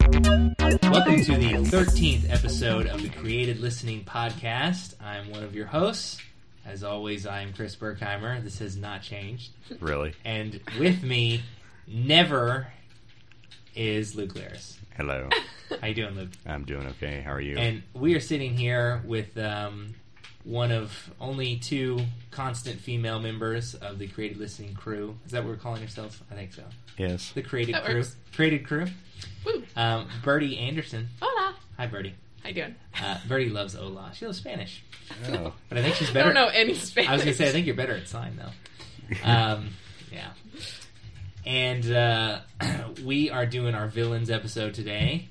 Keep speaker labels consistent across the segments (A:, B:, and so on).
A: Welcome to the 13th episode of the Created Listening Podcast. I'm one of your hosts. As always, I'm Chris Berkheimer. This has not changed.
B: Really?
A: And with me, never, is Luke Laris.
B: Hello.
A: How you doing, Luke?
B: I'm doing okay. How are you?
A: And we are sitting here with um, one of only two constant female members of the Created Listening crew. Is that what we're calling ourselves? I think so.
B: yes.
A: The Created
C: That
A: crew.
C: works.
A: Created crew.
C: Woo.
A: Um, Bertie Anderson.
C: Hola.
A: Hi, Bertie.
C: How you doing?
A: Uh, Bertie loves Ola. She loves Spanish,
B: Oh.
A: but I think she's
C: I
A: better.
C: don't know any Spanish.
A: I was gonna say I think you're better at sign though. Um, yeah. And uh, we are doing our villains episode today.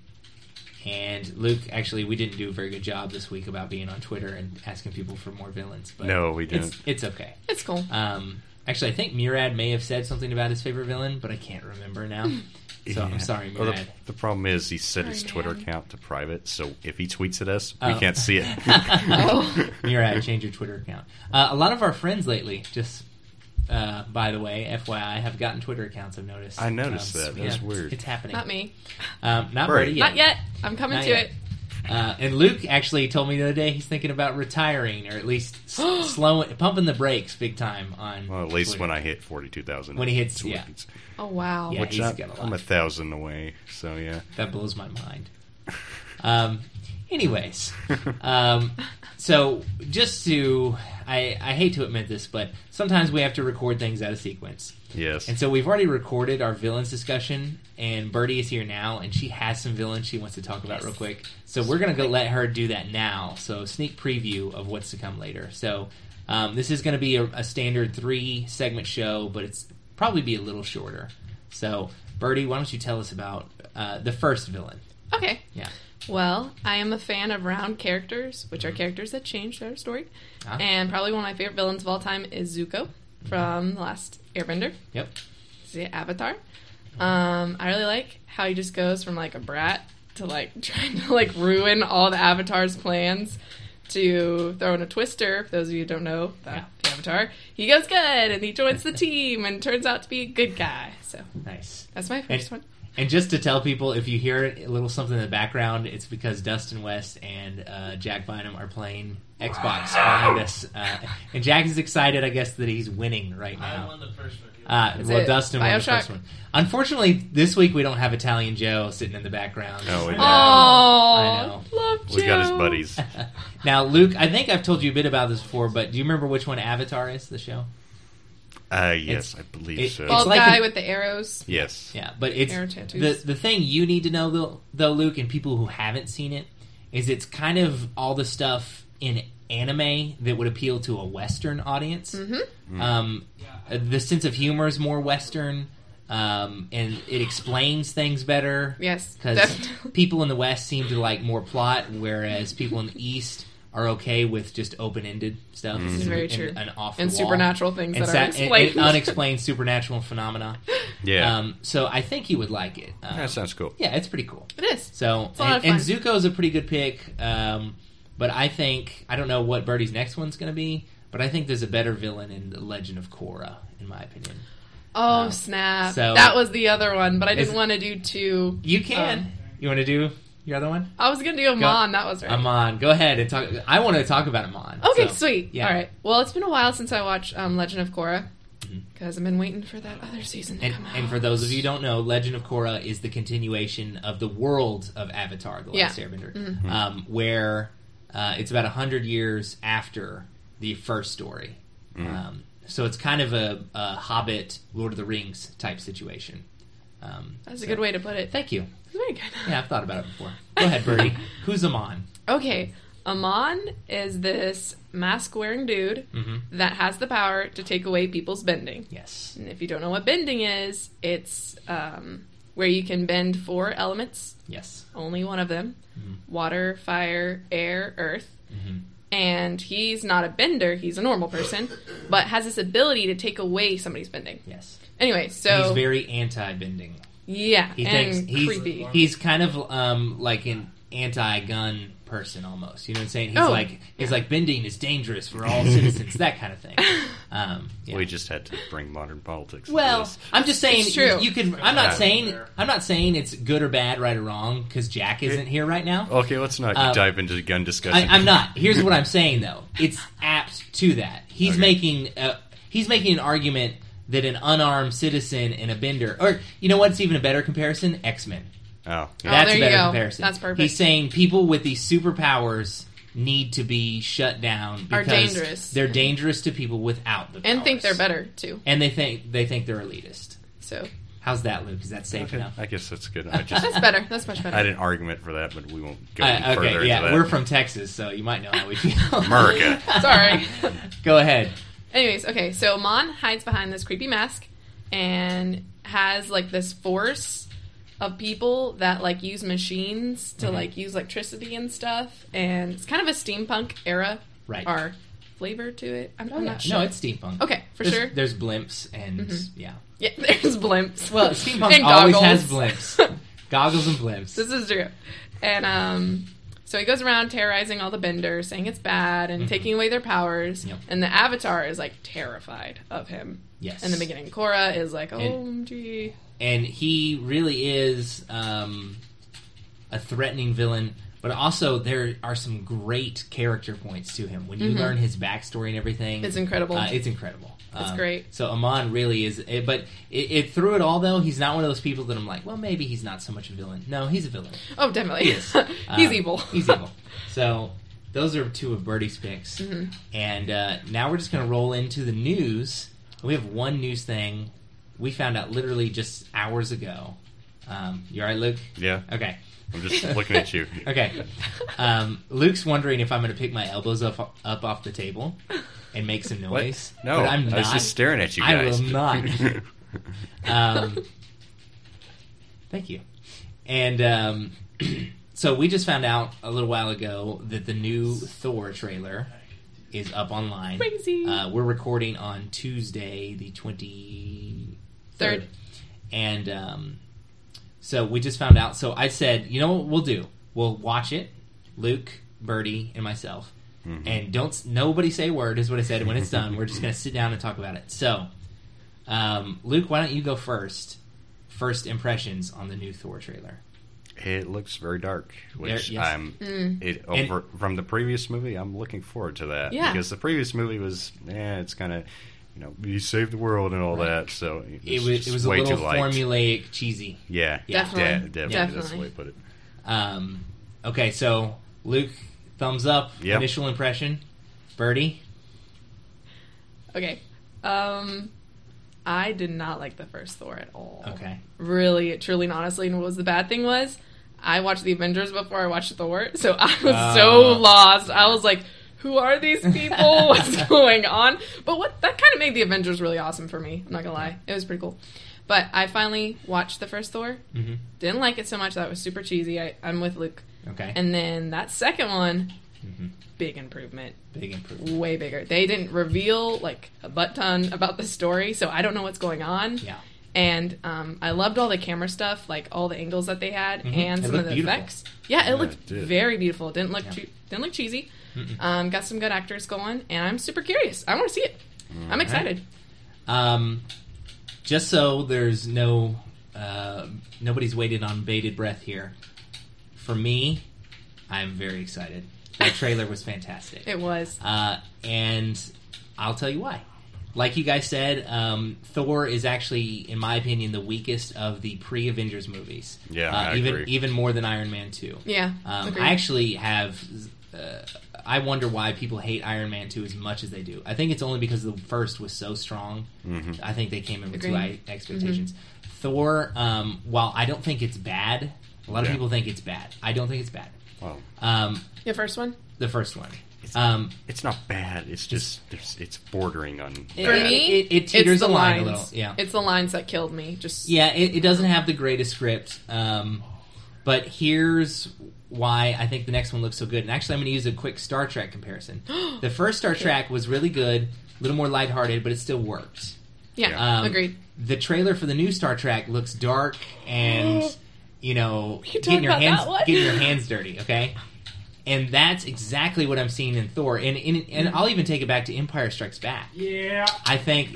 A: And Luke, actually, we didn't do a very good job this week about being on Twitter and asking people for more villains. But
B: No, we
A: it's-
B: didn't.
A: It's, okay.
C: it's cool.
A: Um, actually, I think Murad may have said something about his favorite villain, but I can't remember now. So
B: Yeah.
A: I'm sorry,
B: Well,
A: Murad.
B: the, the problem is he set his
C: Sorry,
B: Twitter
C: man.
B: account to private, so if he tweets at us,
A: Oh.
B: we can't see it.
C: Oh.
A: Murad, change your Twitter account. Uh, a lot of our friends lately, just uh, by the way, FYI, have gotten Twitter accounts. I've noticed.
B: I noticed that. That's
A: it's-
B: weird.
A: It's happening.
C: Not me.
A: Um, not
B: Right.
A: Brady.
C: Not yet. I'm coming
A: Not
C: to
A: yet.
C: it.
A: Uh, and Luke actually told me the other day he's thinking about retiring, or at least s- slowing, pumping the brakes big time on.
B: Well, at least
A: Twitter.
B: when I hit 42,000.
A: When he hits- yeah.
B: tweets.
C: Oh wow.
A: Yeah.
B: Which
A: he's
B: I'm,
A: got a lot.
B: I'm a thousand away, so yeah.
A: that blows my mind. Um, anyways, um, so just to, I, I hate to admit this, but sometimes we have to record things out of sequence.
B: Yes.
A: And so we've already recorded our villains discussion, and Birdie is here now, and she has some villains she wants to talk about real quick. So we're going to go let her do that now. So sneak preview of what's to come later. So um, this is going to be a, a standard three segment show, but it's probably be a little shorter. So Birdie, why don't you tell us about uh, the first villain?
C: Okay.
A: Yeah.
C: Well, I am a fan of round characters, which are characters that change their story.
A: Ah.
C: And probably one of my favorite villains of all time is Zuko from The Last Airbender,
A: Yep.
C: the Avatar. Um, I really like how he just goes from like a brat to like trying to like ruin all the Avatar's plans to throwing a twister. For those of you who don't know the
A: Yeah.
C: Avatar, he goes good and he joins the team and turns out to be a good guy. So
A: Nice.
C: that's my
A: And-
C: first one.
A: And just to tell people, if you hear a little something in the background, it's because Dustin West and uh, Jack Bynum are playing Xbox behind us. Uh, and Jack is excited, I guess, that he's winning right
D: I
A: now.
D: won the first one.
A: Uh,
C: Is
A: well,
C: it
A: Dustin won the
C: Bioshock?
A: first one. Unfortunately, this week we don't have Italian Joe sitting in the background.
B: Oh, we
A: I
B: don't.
C: Oh,
A: know.
C: love Joe.
B: We've got his buddies.
A: Now, Luke, I think I've told you a bit about this before, but do you remember which one Avatar is, the show?
B: Uh, yes, I believe
A: it-
B: so.
A: it's
C: Bald
A: like
C: guy
A: an-
C: with the arrows.
B: yes.
A: Yeah, but it's
C: Arrow tattoos.
A: the the thing you need to know though, though Luke, and people who haven't seen it, is it's kind of all the stuff in anime that would appeal to a Western audience.
C: Mm-hmm.
A: Um, uh, the sense of humor is more Western, um, and it explains things better.
C: Yes,
A: because
C: definitely.
A: people in the West seem to like more plot, whereas people in the East are okay with just open ended stuff.
C: This is very
A: and,
C: true.
A: And off
C: And
A: the wall.
C: supernatural things
A: And
C: that
A: sa-
C: are
A: and-
C: explained.
A: and unexplained supernatural phenomena.
B: Yeah.
A: Um, so I think he would like it. Um,
B: that sounds cool.
A: yeah, it's pretty cool.
C: it is.
A: So
C: It's a lot
A: and,
C: of
A: and
C: fun.
A: Zuko's a pretty good pick, um, but I think I don't know what Birdie's next one's going to be, but I think there's a better villain in the Legend of Korra, in my opinion.
C: Oh snap!
A: So-
C: that was the other one, but I
A: Is-
C: didn't want to do two.
A: You can.
C: Um,
A: you want to do your other one?
C: I was gonna do Amon. That was right.
A: Amon, go ahead and talk. I want to talk about Amon.
C: Okay,
A: so-
C: sweet.
A: yeah.
C: All right. Well, it's been a while since I watched um, Legend of Korra because I've been waiting for that other season to
A: Mm-hmm. And,
C: come out.
A: and for those of you who don't know, Legend of Korra is the continuation of the world of Avatar: The Last
C: Yeah. Mm-hmm.
A: Airbender, um, where uh, it's about hundred years after the first story. Um, so it's kind of a, a Hobbit, Lord of the Rings type situation. Um,
C: that's a good way to put it.
A: thank you.
C: That's very good.
A: Yeah, I've thought about it before. Go ahead, Birdie. Who's Amon?
C: Okay, Amon is this mask-wearing dude
A: Mm-hmm.
C: that has the power to take away people's bending.
A: Yes.
C: And if you don't know what bending is, it's um, where you can bend four elements,
A: Yes.
C: only one of them
A: Mm-hmm.
C: water, fire, air, earth. And he's not a bender, he's a normal person, but has this ability to take away somebody's bending.
A: Yes.
C: Anyway, so.
A: he's very anti-bending.
C: yeah,
A: He
C: and
A: thinks he's
C: creepy.
A: he's kind of um like an anti-gun person almost. You know what I'm saying? He's
C: Oh,
A: like he's like bending is dangerous for all citizens, that kind of thing. Um, yeah.
B: We just had to bring modern politics. into
A: Well,
B: this.
A: I'm just saying
C: It's true.
A: You, you could. I'm not
B: Yeah.
A: saying I'm not saying it's good or bad, right or wrong, because Jack isn't here right now.
B: okay, let's not
A: uh,
B: dive into the gun
A: I,
B: discussion.
A: I'm not. Here's what I'm saying though. It's apt to that. He's
B: Okay.
A: making a, he's making an argument that an unarmed citizen and a bender, or you know what's even a better comparison? X Men.
B: Oh, yeah.
A: That's
C: there
A: a
C: you
A: better
C: go.
A: comparison.
C: That's perfect.
A: He's saying people with these superpowers need to be shut down
C: Are
A: because
C: dangerous.
A: they're dangerous to people without the
C: and think they're
A: powers.
C: better, too.
A: and they think they think they're elitist.
C: So
A: How's that, Luke? Is that safe
B: Okay,
A: enough?
B: I guess that's good. I just
C: that's better. That's much better.
B: I had an argument for that, but we won't go any
A: Uh,
B: further
A: okay, yeah,
B: into that.
A: we're from Texas, so you might know how we feel.
B: America.
C: Sorry.
A: Go ahead.
C: Anyways, okay, so Mon hides behind this creepy mask and has like this force of people that like use machines
A: Mm-hmm.
C: to like use electricity and stuff, and it's kind of a steampunk era
A: Right. Oh,
C: or flavor to it. I'm, I'm not sure.
A: No, it's steampunk.
C: Okay, for
A: there's,
C: sure. Mm-hmm.
A: There's blimps and yeah.
C: yeah, there's blimps.
A: Well, steampunk always has blimps, goggles and blimps.
C: This is true. And um, so he goes around terrorizing all the benders, saying it's bad and taking away their powers.
A: Mm-hmm. Yep.
C: And the Avatar is like terrified of him.
A: Yes.
C: In the beginning, Korra is like, "Oh,
A: And-
C: "OMG!"
A: And he really is um, a threatening villain. But also, there are some great character points to him. When you learn his backstory and everything,
C: Mm-hmm. It's incredible.
A: Uh, it's incredible. It's
C: great.
A: So Amon really is, it, but it, it through it all though, he's not one of those people that I'm like, well, maybe he's not so much a villain. No, he's a villain.
C: Oh, definitely.
A: is.
C: he's
A: Um,
C: evil.
A: He's evil. So those are two of Birdie's picks,
C: Mm-hmm.
A: and uh, now we're just going to roll into the news. We have one news thing we found out literally just hours ago. Um, you all right, Luke?
B: yeah,
A: Okay,
B: I'm just looking at you.
A: okay. Um, Luke's wondering if I'm going to pick my elbows up, up off the table and make some
B: What?
A: noise.
B: No,
A: but I'm not.
B: I was just staring at you
A: I
B: guys.
A: will not. Um, thank you. And um, so we just found out a little while ago that the new Thor trailer is up online.
C: Crazy.
A: Uh, we're recording on Tuesday, the 23rd.
C: Third.
A: And um, so we just found out. So I said, you know what we'll do? We'll watch it, Luke, Birdie, and myself.
B: Mm-hmm.
A: And don't s- nobody say a word is what I said. When it's done, we're just going to sit down and talk about it. So, um, Luke, why don't you go first? First impressions on the new Thor trailer.
B: It looks very dark, which
A: There- yes.
B: I'm
C: Hmm.
B: it
A: And-
B: over from the previous movie. I'm looking forward to that
C: Yeah.
B: because the previous movie was, eh, it's kind of, you know, you saved the world and all that. So
A: It
B: it's
A: was
B: just
A: it was a
B: way
A: little
B: too light.
A: formulaic, cheesy.
B: Yeah,
A: Yeah.
B: De-
C: Definitely.
B: definitely, That's the
C: Definitely.
B: way to put it.
A: Um, okay, so Luke, thumbs up.
B: Yep.
A: Initial impression, Birdie.
C: Okay. Um, I did not like the first Thor at all.
A: Okay,
C: Really, truly, and honestly, and what was the bad thing was, I watched the Avengers before I watched Thor, so I was
A: Oh.
C: so lost. I was like, "Who are these people? What's going on?" But what that kind of made the Avengers really awesome for me. I'm not gonna lie, it was pretty cool. But I finally watched the first Thor.
A: Mhm.
C: Didn't like it so much. That was super cheesy. I, I'm with Luke.
A: okay,
C: And then that second one,
A: Mhm.
C: big improvement,
A: big improvement.
C: way bigger. They didn't reveal like a butt ton about the story, so I don't know what's going on.
A: Yeah,
C: And um, I loved all the camera stuff, like all the angles that they had,
A: Mhm.
C: and
A: It
C: some of
A: looked
C: the
A: beautiful.
C: effects. Yeah, it
B: Yeah,
C: looked
B: it did.
C: very beautiful. It didn't look
A: Yeah.
C: che- didn't look cheesy. Um, got some good actors going, and I'm super curious. I want to see it. I'm excited.
A: Um, just so there's no uh, nobody's waited on bated breath here. For me, I'm very excited. That trailer was fantastic.
C: It was
A: Uh, and I'll tell you why. Like you guys said, um, Thor is actually, in my opinion, the weakest of the pre-Avengers movies.
B: Yeah,
A: uh,
B: I
A: even
B: agree.
A: even more than Iron Man two.
C: yeah.
A: Um,
C: agreed.
A: I actually have. Uh, I wonder why people hate Iron Man 2 as much as they do. I think it's only because the first was so strong.
B: Mm-hmm.
A: I think they came in with too
C: Agreed.
A: high expectations. Thor, um, while I don't think it's bad, a lot of
B: Yeah.
A: people think it's bad. I don't think it's bad.
B: Well,
A: Um,
C: the first one.
A: the first one.
B: It's,
A: Um,
B: it's not bad. It's just there's, it's bordering on.
A: it-
C: For
A: it,
C: me,
A: it, it teeters
C: it's the
A: the line
C: lines.
A: a little. Yeah,
C: It's the lines that killed me. Just
A: yeah. It, it doesn't have the greatest script, um, but here's why I think the next one looks so good. And actually, I'm going to use a quick Star Trek comparison. the first Star Trek was really good, a little more lighthearted, but it still worked.
C: yeah,
A: Um,
C: agreed.
A: The trailer for the new Star Trek looks dark and you know
C: You
A: getting
C: talking
A: your
C: about
A: hands
C: that one?
A: getting your hands dirty. Okay, and that's exactly what I'm seeing in Thor. And and, and
C: Mm-hmm.
A: I'll even take it back to Empire Strikes Back.
B: Yeah.
A: I think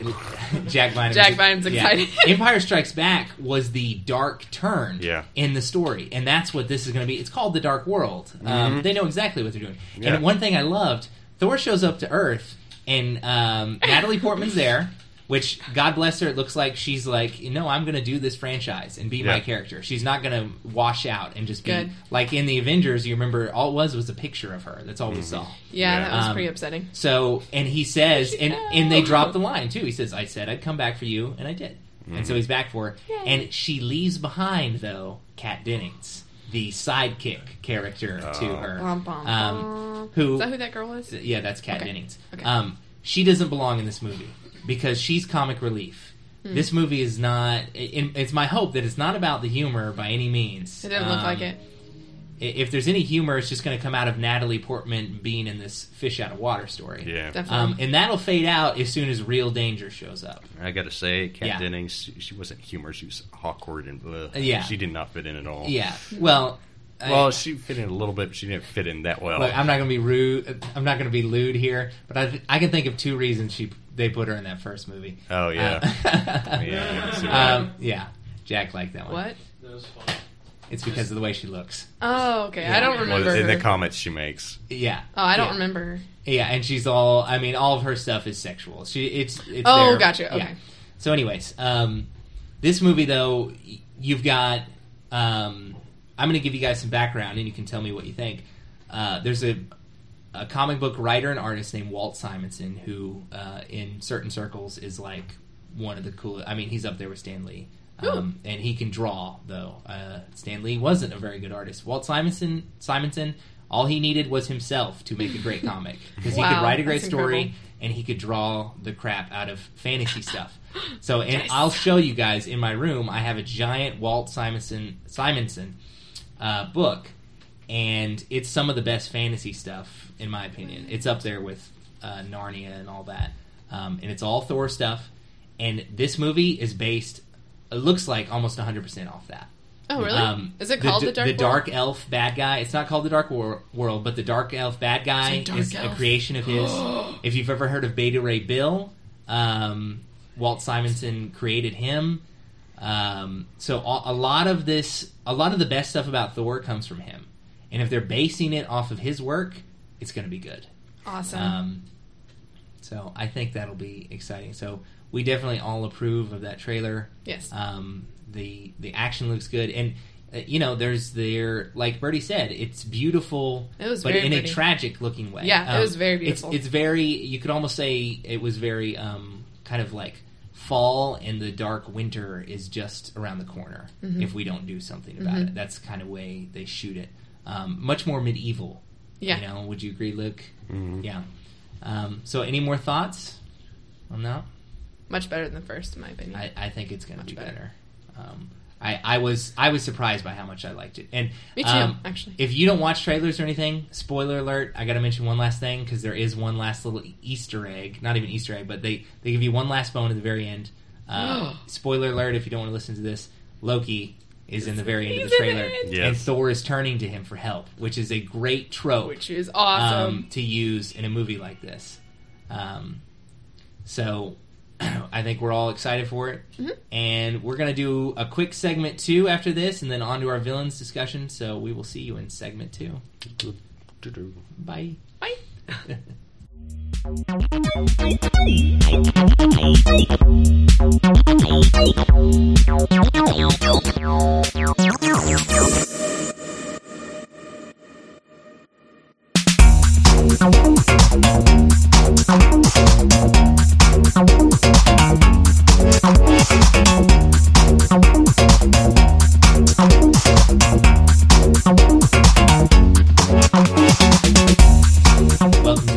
A: Jack Bynum.
C: Jack Bynum's
A: yeah.
C: excited.
A: Empire Strikes Back was the dark turn
B: Yeah.
A: in the story, and that's what this is going to be. It's called the Dark World. Um, they know exactly what they're doing.
B: Mm-hmm. Yeah.
A: And one thing I loved: Thor shows up to Earth, and um, Natalie Portman's there. Which God bless her, it looks like she's like, you know, I'm going to do this franchise and be my
B: Yeah.
A: character. She's not going to wash out and just be
C: Good.
A: like in the Avengers. You remember, all it was was a picture of her. That's all
B: Mm-hmm.
A: we saw.
C: Yeah,
B: Yeah.
C: that was
A: Um,
C: pretty upsetting.
A: So, and he says, and,
C: No.
A: and they drop the line too. He says, I said I'd come back for you, and I did. And so
B: Mm-hmm.
A: he's back for her.
C: Yay.
A: And she leaves behind, though, Kat Dennings, the sidekick character to
B: Oh.
A: her.
C: Bum,
A: um,
C: bum, bum.
A: who-
C: is that? Who that girl was?
A: Yeah, that's Kat
C: Okay.
A: Dennings.
C: Okay.
A: Um, she doesn't belong in this movie because she's comic relief.
C: Hmm.
A: This movie is not. It, it's my hope that it's not about the humor by any means.
C: It didn't look
A: Um,
C: like it.
A: i- If there's any humor, it's just going to come out of Natalie Portman being in this fish out of water story.
B: Yeah.
C: Definitely.
A: Um, and that'll fade out as soon as real danger shows up.
B: I gotta say, Kat
A: Yeah.
B: Dennings, she, she wasn't humorous. She was awkward and ugh.
A: Yeah.
B: She did not fit in at all.
A: Yeah. Well, I-
B: Well, she fit in a little bit, but she didn't fit in that well.
A: look, I'm not going to be rude. I'm not going to be lewd here, but I, I can think of two reasons she they put her in that first movie.
B: oh yeah.
A: Uh,
B: yeah. I can see that.
A: um, yeah. Jack liked that one.
C: what?
D: That was fun.
A: It's because of the way she looks.
C: Oh, okay.
A: Yeah.
C: I don't
B: Well,
C: remember.
B: in
C: her.
B: the comments she makes.
A: Yeah.
C: oh, I don't
A: yeah.
C: remember. her.
A: Yeah, and she's all. I mean, all of her stuff is sexual. She it's. it's
C: Oh,
A: there.
C: gotcha.
A: Yeah.
C: Okay.
A: So, anyways, um, this movie though, y- you've got. Um, I'm going to give you guys some background, and you can tell me what you think. Uh, there's a, a comic book writer and artist named Walt Simonson who, uh, in certain circles, is like one of the coolest. I mean, he's up there with Stan Lee. Um, and he can draw, though. Uh, Stan Lee wasn't a very good artist. Walt Simonson, Simonson, all he needed was himself to make a great comic because he could
C: Wow,
A: write a great
C: that's
A: story
C: incredible.
A: and he could draw the crap out of fantasy stuff. So, and
C: Yes.
A: I'll show you guys in my room. I have a giant Walt Simonson Simonson uh, book, and it's some of the best fantasy stuff in my opinion. It's up there with uh, Narnia and all that, um, and it's all Thor stuff. And this movie is based, it looks like almost 100% off that.
C: Oh, really?
A: Um,
C: is it called the, Dark?
A: The
C: World?
A: Dark Elf bad guy. It's not called the Dark Wor- World, but the Dark Elf bad guy
C: It's a dark
A: is a
C: elf.
A: creation of his. if you've ever heard of Beta Ray Bill, um, Walt Simonson created him. Um, so a, a lot of this, a lot of the best stuff about Thor comes from him. And if they're basing it off of his work, it's going to be good.
C: Awesome.
A: Um, so I think that'll be exciting. So we definitely all approve of that trailer.
C: yes.
A: Um, the the action looks good, and uh, you know, there's their like Bertie said, it's beautiful,
C: It was
A: but
C: very
A: in
C: pretty.
A: a tragic looking way.
C: Yeah, it
A: Um,
C: was very
A: it's-
C: beautiful.
A: It's, very. You could almost say it was very um, kind of like fall and the dark winter is just around the corner if we don't do something about it. That's the kind of way they shoot it. Um, much more medieval.
C: yeah.
A: You know, would you agree, Luke? Yeah. Um, so, any more thoughts on that?
C: Much better than the first, in my opinion.
A: I, I think it's going to
C: Much
A: be better.
C: better.
A: Um, I, I was I was surprised by how much I liked it. And
C: Me too,
A: um,
C: actually.
A: if you don't watch trailers or anything, spoiler alert! I got to mention one last thing because there is one last little Easter egg. Not even Easter egg, but they they give you one last bone at the very end. Uh, spoiler alert! If you don't want to listen to this, Loki is in the very end of the
C: He's in
A: trailer,
C: it!
B: Yes.
A: and Thor is turning to him for help, which is a great trope
C: which is awesome.
A: um, to use in a movie like this. Um, so I think we're all excited for it.
C: Mm-hmm.
A: And we're going to do a quick segment two after this and then on to our villains discussion. So we will see you in segment two. Bye.
C: Bye.
A: Welcome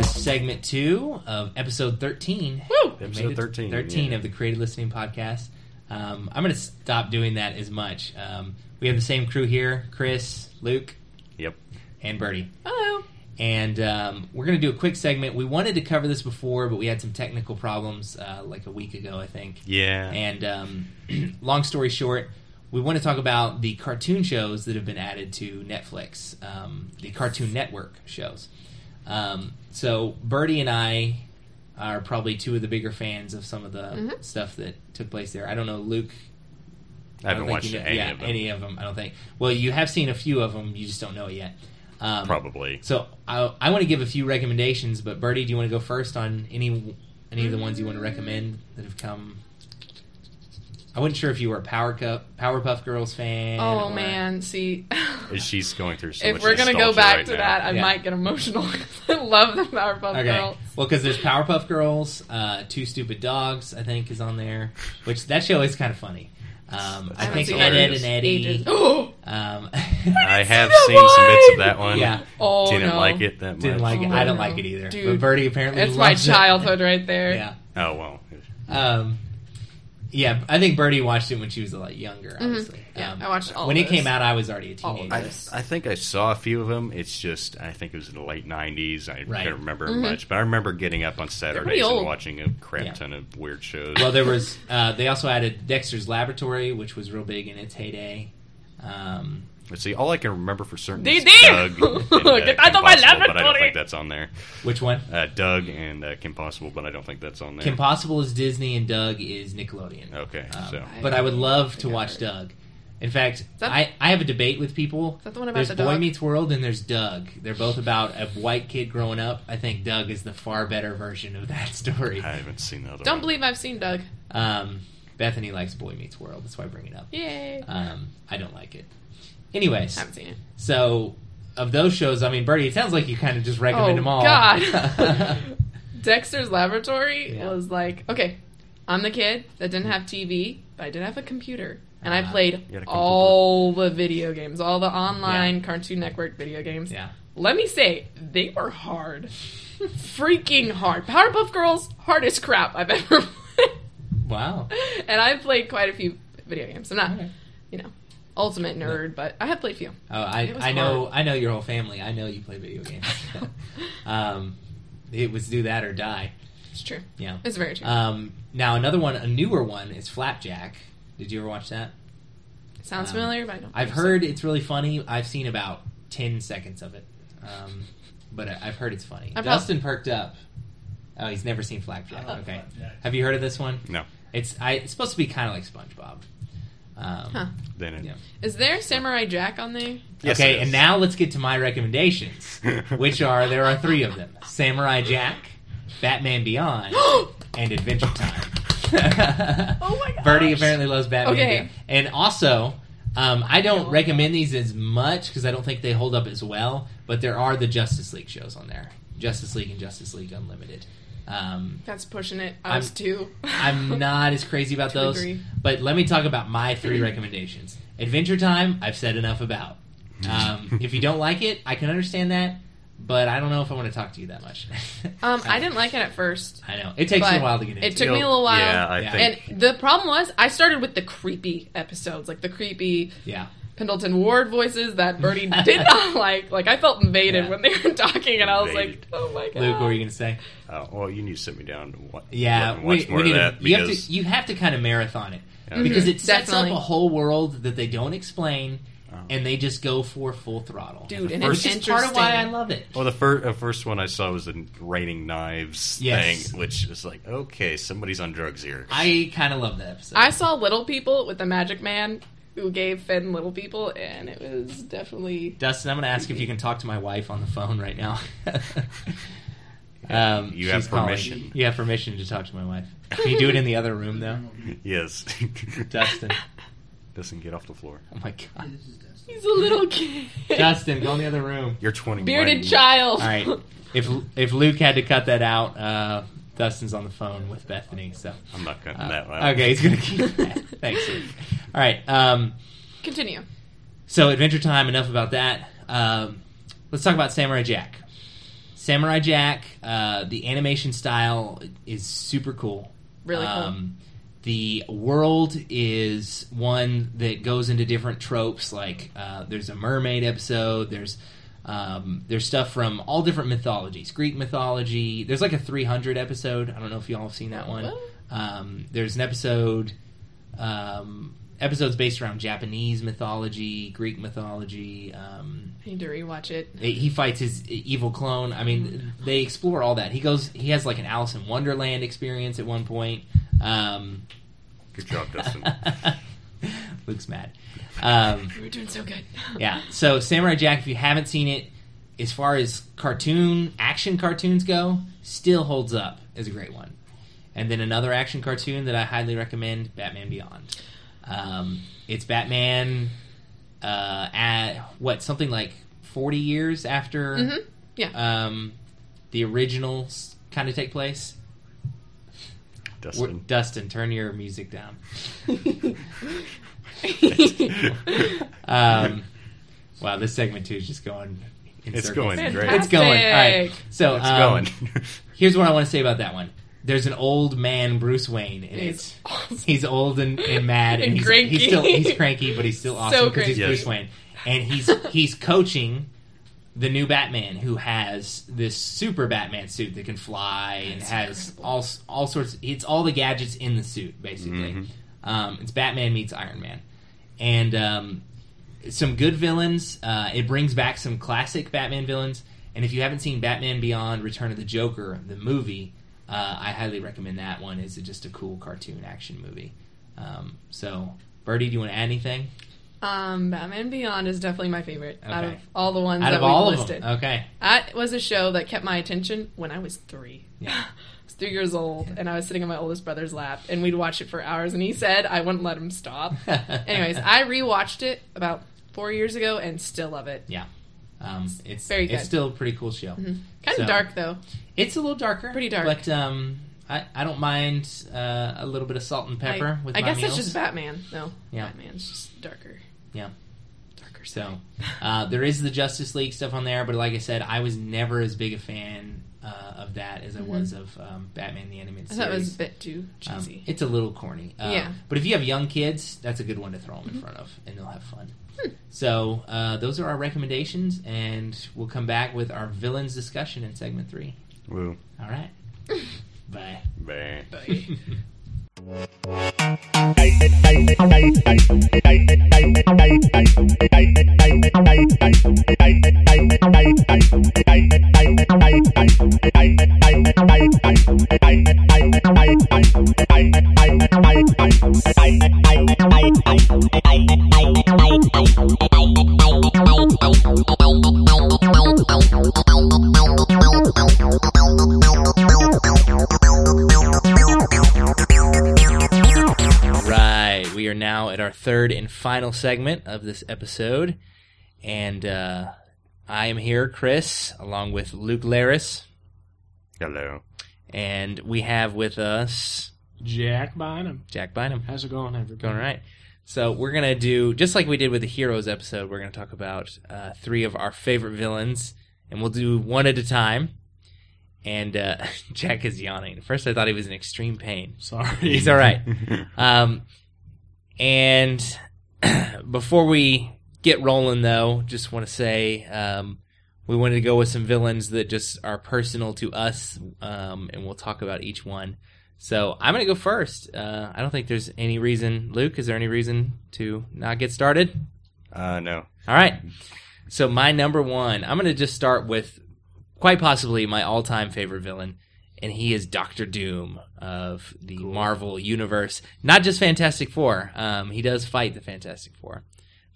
A: segment two of episode 13.
C: Woo!
A: We made
B: Episode
A: it to
B: 13,
A: 13
B: yeah.
A: of the Creative Listening Podcast. Um, I'm going to stop doing that as much. Um, we have the same crew here Chris, Luke,
B: Yep.
A: and Bertie.
C: Hello.
A: And um, we're going to do a quick segment. We wanted to cover this before, but we had some technical problems uh, like a week ago, I think.
B: Yeah.
A: And um, long story short, we want to talk about the cartoon shows that have been added to Netflix, um, the Cartoon Network shows. Um, so Birdie and I are probably two of the bigger fans of some of the
C: Mhm.
A: stuff that took place there. I don't know, Luke.
B: I haven't
A: don't think
B: watched
A: you know-
B: any
A: yeah,
B: of them.
A: any of them. I don't think. Well, you have seen a few of them. You just don't know it yet. Um,
B: Probably.
A: So I, I want to give a few recommendations, but Birdie, do you want to go first on any any of the ones you want to recommend that have come? I wasn't sure if you were a Power Cup, Powerpuff Girls fan.
C: Oh
A: or-
C: man, see,
B: Is she's going through so
C: if
B: much
C: we're gonna go
B: nostalgia
C: back
B: right
C: to
B: now.
C: that, I
A: Yeah.
C: might get emotional. 'cause I love the Powerpuff
A: Okay.
C: Girls.
A: Well, because there's Powerpuff Girls, uh, Two Stupid Dogs, I think, is on there, which that show is kind of funny. Um, I
B: That's
A: think Ed, Ed,
B: hilarious.
A: and Eddie.
C: Oh,
A: Um,
B: I have
C: that
B: seen some bits
C: one!
B: of that one.
A: Yeah.
C: oh
B: Didn't
C: no.
B: like it that much.
A: didn't like it.
C: Oh,
A: I don't
C: no.
A: like it either. but
C: Dude,
A: Birdie apparently
C: It's my
A: loves it.
C: childhood right there.
A: Yeah.
B: Oh well.
A: Um, yeah, I think Birdie watched it when she was a lot younger. Obviously,
C: Mm-hmm. Yeah,
A: um,
C: I watched all
A: when
C: of
A: it
C: those.
A: came out. I was already a
C: All of
A: teenager.
B: I,
C: Yes.
B: I think I saw a few of them. It's just I think it was in the late '90s. I
A: Right.
B: can't remember
C: Mm-hmm.
B: much, but I remember getting up on
C: pretty
B: Saturdays
C: old.
B: and watching a crap
A: Yeah.
B: ton of weird shows.
A: well, there was. Uh, they also added Dexter's Laboratory, which was real big in its heyday. Um,
B: But see, all I can remember for certain
C: They
B: is
C: did!
B: Doug. And, uh,
C: Get out of my
B: Kim Possible, But I don't
C: laboratory!
B: think that's on there.
A: which one?
B: Uh, Doug and uh, Kim Possible, but I don't think that's on there.
A: Kim Possible is Disney, and Doug is Nickelodeon.
B: okay,
A: Um,
B: Oh, so
A: But I would love to
C: think I
A: watch
C: heard.
A: Doug. In fact,
C: that-
A: I, I have a debate with people.
C: that the one about
A: there's
C: the
A: Boy
C: dog?
A: Meets World and there's Doug. They're both about a white kid growing up. I think Doug is the far better version of that story.
B: I haven't seen the other.
C: Don't
B: one.
C: believe I've seen Doug.
A: Um, Bethany likes Boy Meets World. That's why I bring it up.
C: Yay.
A: Um, I don't like it. Anyways,
C: haven't seen it.
A: so of those shows, I mean, Bertie, it sounds like you kind of just recommend
C: Oh,
A: them all.
C: God. Dexter's Laboratory
A: Yeah.
C: was like, okay, I'm the kid that didn't have TV, but I did have a computer. And I
A: Uh-huh.
C: played
B: You had a
C: all the video games, all the online Cartoon Network video games.
A: yeah,
C: Let me say, they were hard. Freaking hard. Powerpuff Girls, hardest crap I've ever played.
A: wow.
C: And I've played quite a few video games. I'm not,
A: Okay.
C: you know, ultimate nerd, but I have played a few.
A: Oh, I,
C: It was
A: I know, I know your whole family. I know you play video games. um, it was do that or die.
C: It's true.
A: Yeah.
C: It's very true.
A: Um, now another one, a newer one, is Flapjack. Did you ever watch that?
C: Sounds
A: um,
C: familiar, but I don't
A: I've
C: think so.
A: heard it's really funny. I've seen about ten seconds of it, um, but I, I've heard it's funny.
C: I've
A: Dustin perked up. Oh, he's never seen Flapjack.
D: I love
A: Okay,
D: Flapjack.
A: have you heard of this one?
B: No,
A: It's I, it's supposed to be kind of like SpongeBob. Um,
C: Huh.
B: then it,
A: Yeah.
C: Is there Samurai Jack on there?
B: Yes,
A: okay,
B: it
A: and
B: is.
A: now let's get to my recommendations, which are there are three of them: Samurai Jack, Batman Beyond,
C: oh
A: and Adventure Time.
C: my god.
A: Birdie apparently loves Batman.
C: Okay.
A: Beyond. And also, um, I don't recommend these as much because I don't think they hold up as well. But there are the Justice League shows on there: Justice League and Justice League Unlimited. Um,
C: That's pushing it. I was
A: I'm-
C: two.
A: I'm not as crazy about
C: To a
A: those,
C: degree.
A: but let me talk about my three recommendations. Adventure Time, I've said enough about. Um, if you don't like it, I can understand that, but I don't know if I want to talk to you that much.
C: Um, I didn't like it at first.
A: I know it takes me a
C: but
A: while to get into.
C: It took
B: You'll-
C: me a little while.
B: Yeah, I
A: Yeah.
B: think.
C: and the problem was, I started with the creepy episodes, like the creepy
A: yeah,
C: Pendleton Ward voices that Birdie did not like. Like I felt invaded
A: Yeah.
C: when they were talking, and I was like,
B: Invaded.
C: "Oh my god!"
A: Luke, what were you going to say?
B: Uh, well, you need to sit me down. And wa-
A: Yeah,
B: and watch
A: we-
B: more
A: we
B: of
A: need to-
B: that
A: you have
B: because
A: to you have to kind of marathon it
B: Okay.
A: because it sets
C: Mm-hmm. Definitely.
A: up a whole world that they don't explain,
B: Oh.
A: and they just go for full throttle.
C: Dude,
B: the
C: and
B: first-
C: it's
A: which is
C: interesting.
A: part of why I love it.
B: Well, the first uh, first one I saw was the raining knives
A: Yes.
B: thing, which was like, okay, somebody's on drugs here.
A: I kind of love that episode.
C: I saw Little People with the Magic Man who gave Finn Little People, and it was definitely
A: Dustin, I'm going to ask if you can talk to my wife on the phone right now. um,
B: You have
A: she's calling.
B: permission.
A: You have permission to talk to my wife. Can you do it in the other room, though?
B: yes,
A: Dustin.
B: Dustin, get off the floor.
A: Oh, my God.
D: This is Dustin.
C: he's a little kid,
A: Dustin, go in the other room.
B: You're 21.
C: bearded child.
A: All right. If, if Luke had to cut that out, uh, Dustin's on the phone with Bethany. So
B: I'm not cutting
A: uh,
B: that loud.
A: Okay, he's going to keep that. Thanks, Luke. All right. Um,
C: Continue.
A: So Adventure Time. Enough about that. Um, let's talk about Samurai Jack. Samurai Jack. Uh, the animation style is super cool.
C: Really cool.
A: Um, the world is one that goes into different tropes. Like uh, there's a mermaid episode. There's um, there's stuff from all different mythologies. Greek mythology. There's like a 300 episode. I don't know if y'all have seen that one.
C: What?
A: Um, there's an episode um, episodes based around Japanese mythology, Greek mythology. Um,
C: I need to rewatch it.
A: he he fights his evil clone. I mean, they explore all that. He goes. He has like an Alice in Wonderland experience at one point. Um,
B: Good job, Dustin.
A: Luke's mad. Um,
C: You were doing so good.
A: yeah. So Samurai Jack, if you haven't seen it, as far as cartoon action cartoons go, still holds up as a great one. And then another action cartoon that I highly recommend, Batman Beyond. Um, it's Batman uh, at what something like forty years after
C: Mhm. Yeah.
A: um, the originals kind of take place. We're-
B: Dustin.
A: Dustin, turn your music down. Um, wow, this segment two is just going. In
B: It's
A: circles.
B: going great.
A: It's going. All right.
C: Fantastic.
A: So
B: it's
A: um,
B: going.
A: Here's what I want to say about that one. There's an old man Bruce Wayne in
C: He's
A: it.
C: awesome.
A: He's old and, and mad, and,
C: And
A: he's,
C: cranky.
A: he's still he's cranky, but he's still
C: So
A: awesome because he's
B: cranky.
A: Bruce
B: Yes.
A: Wayne, and he's he's coaching the new Batman who has this super Batman suit that can fly and
C: That's
A: has
C: incredible.
A: all all sorts. It's all the gadgets in the suit, basically.
B: Mhm.
A: Um, it's Batman meets Iron Man, and um, some good villains. Uh, it brings back some classic Batman villains. And if you haven't seen Batman Beyond: Return of the Joker, the movie, uh, I highly recommend that one. It's just a cool cartoon action movie. Um, so, Birdie, do you want to add anything
C: Um, Batman Beyond is definitely my favorite out of
A: Okay.
C: all the ones
A: out
C: that
A: of all
C: we've
A: of
C: listed.
A: them? Okay,
C: That was a show that kept my attention when I was three.
A: Yeah.
C: I was three years old,
A: Yeah.
C: and I was sitting on my oldest brother's lap, and we'd watch it for hours, and he said I wouldn't let him stop. Anyways, I rewatched it about four years ago and still love it.
A: yeah, um, it's
C: Very
A: it's
C: good.
A: still a pretty cool show.
C: Kind
A: So-
C: of dark, though.
A: It's a little darker,
C: Pretty dark.
A: but um, I I don't mind uh, a little bit of salt and pepper
C: I,
A: with
C: I
A: my
C: guess
A: meals.
C: that's just Batman, though.
A: Yeah.
C: Batman's just darker.
A: Yeah.
C: Darker.
A: So
C: side.
A: uh, there is the Justice League stuff on there, but like I said, I was never as big a fan uh, of that as I was of um, Batman the Animated
C: Mm-hmm. I
A: Series.
C: thought it was a bit too
A: Um,
C: cheesy.
A: it's a little corny. Uh,
C: Yeah. Mm-hmm.
A: But if you have young kids, that's a good one to throw them in front of, and they'll have fun.
C: Hmm.
A: So uh, those are our recommendations, and we'll come back with our villains discussion in segment three.
B: Woo.
A: All right. Bye.
B: Bang.
A: Right. We are now at our third and final segment of this episode. And uh, I am here, Chris, along with Luke Laris.
B: Hello.
A: And we have with us
D: Jack Bynum.
A: Jack Bynum.
D: How's it going, everybody?
A: Going all right. So we're going to do, just like we did with the Heroes episode, we're going to talk about uh, three of our favorite villains. And we'll do one at a time. And uh, Jack is yawning. At first, I thought he was in extreme pain.
D: Sorry.
A: He's all right. Um, and before we get rolling, though, just want to say um, we wanted to go with some villains that just are personal to us, um, and we'll talk about each one. So I'm going to go first. Uh, I don't think there's any reason, Luke. Is there any reason to not get started?
B: Uh, no.
A: All right. So my number one, I'm going to just start with quite possibly my all-time favorite villain, and he is Doctor Doom of the Marvel universe. Not just Fantastic Four. Um, he does fight the Fantastic Four,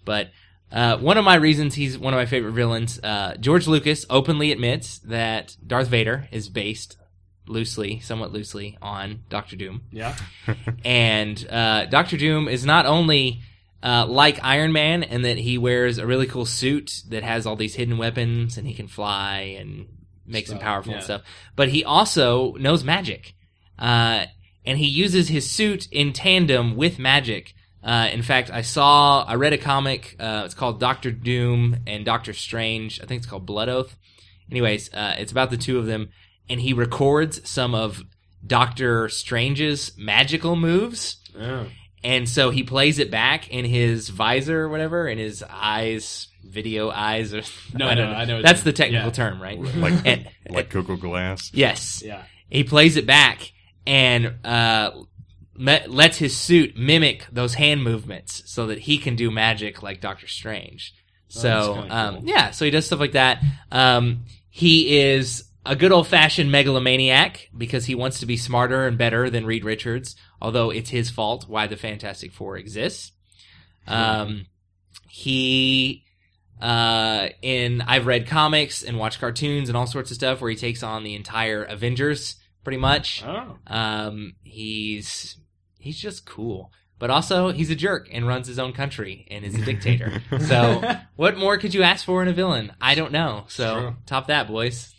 A: but uh, one of my reasons he's one of my favorite villains. Uh, George Lucas openly admits that Darth Vader is based loosely, somewhat loosely, on Doctor Doom
D: Yeah.
A: and uh, Doctor Doom is not only uh, like Iron Man in that he wears a really cool suit that has all these hidden weapons and he can fly and makes him
D: Stuff,
A: powerful and
D: yeah.
A: stuff, but he also knows magic, uh, and he uses his suit in tandem with magic. Uh, in fact, I saw I read a comic. Uh, it's called Doctor Doom and Doctor Strange. I think it's called Blood Oath Anyways, uh, it's about the two of them, and he records some of Doctor Strange's magical moves.
D: Oh.
A: And so he plays it back in his visor or whatever, in his eyes, video eyes. Or,
E: No,
A: I don't
E: no,
A: know.
E: I know what
A: That's
E: you
A: the
E: mean.
A: technical
E: Yeah.
A: term, right?
B: Like-
A: And-
B: like Google Glass.
A: yes.
E: Yeah.
A: He plays it back and uh, me- lets his suit mimic those hand movements so that he can do magic like Doctor Strange.
E: Oh, that's
A: So,
E: kinda
A: um,
E: cool.
A: yeah, so he does stuff like that. Um, he is a good old fashioned megalomaniac because he wants to be smarter and better than Reed Richards, although it's his fault why the Fantastic Four exists. Um, he uh, in I've read comics and watched cartoons and all sorts of stuff where he takes on the entire Avengers pretty much.
D: Oh.
A: Um, he's he's just cool, but also he's a jerk and runs his own country and is a dictator. so what more could you ask for in a villain? I don't know. So
D: True.
A: top that, boys.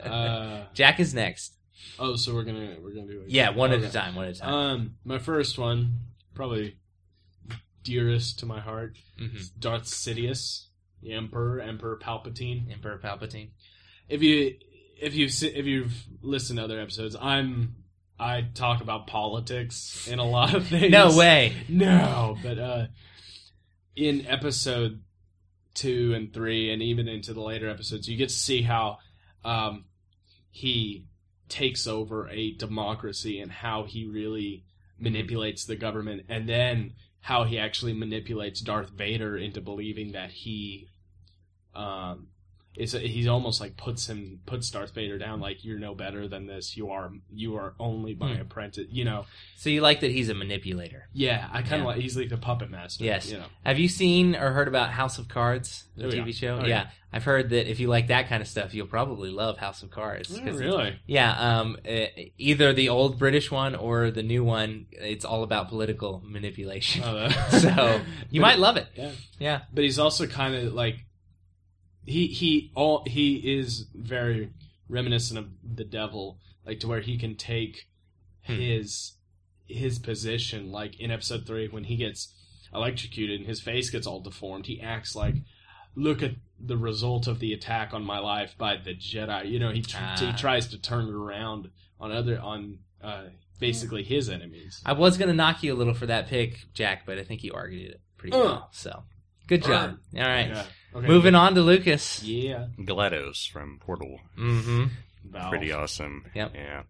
E: Uh,
A: Jack is next.
E: oh, so we're gonna we're gonna do it.
A: Yeah, one at
E: Okay.
A: a time. One at a time.
E: Um, my first one, probably dearest to my heart,
A: Mhm.
E: is Darth Sidious, the Emperor, Emperor Palpatine.
A: Emperor Palpatine.
E: If you if you si- if you've listened to other episodes, I'm I talk about politics in a lot of things.
A: No way.
E: No, but uh, in episode two and three, and even into the later episodes, you get to see how um, he takes over a democracy and how he really manipulates the government, and then how he actually manipulates Darth Vader into believing that he um, is he's almost like puts him puts Darth Vader down, like you're no better than this. You are you are only my
A: Hmm.
E: apprentice. You know.
A: So you like that he's a manipulator?
E: Yeah, I kind of
A: Yeah.
E: like he's like the puppet master.
A: Yes.
E: you know.
A: Have you seen or heard about House of Cards, the
E: Oh, yeah.
A: TV show?
E: Oh,
A: yeah.
E: yeah.
A: I've heard that if you like that kind of stuff, you'll probably love House of Cards. 'cause it's-
E: Oh, really?
A: Yeah, um, uh, either the old British one or the new one. It's all about political manipulation.
E: Oh, that-
A: so you
E: But-
A: might love it.
E: Yeah.
A: Yeah.
E: but he's also kind of like he he all he is very reminiscent of the devil, like to where he can take
A: Hmm.
E: his his position, like in episode three when he gets electrocuted and his face gets all deformed, he acts like. Look at the result of the attack on my life by the Jedi. You know, he tr- he
A: Ah.
E: tries to turn it around on other on uh, basically his enemies.
A: I was gonna knock you a little for that pick, Jack, but I think you argued it pretty
E: Uh.
A: well. So good job. All right,
E: Yeah. Okay.
A: moving on to Lucas.
E: Yeah.
B: GLaDOS from Portal.
A: hmm
E: Valve.
B: Pretty awesome.
A: Yep.
B: Yeah.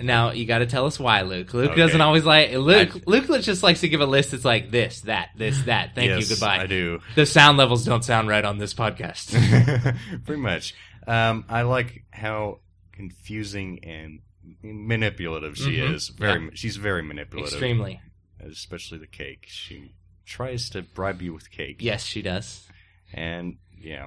A: Now you got to tell us why, Luke. Luke
B: Okay.
A: doesn't always like Luke. Luke just likes to give a list. that's like this, that, this, that. Thank
B: Yes,
A: you. Goodbye.
B: I do.
A: The sound levels don't sound right on this podcast.
B: Pretty much. Um, I like how confusing and manipulative she
A: Mhm.
B: is. Very,
A: Yeah.
B: she's very manipulative,
A: Extremely.
B: especially the cake. She tries to bribe you with cake.
A: Yes, she does.
B: and yeah,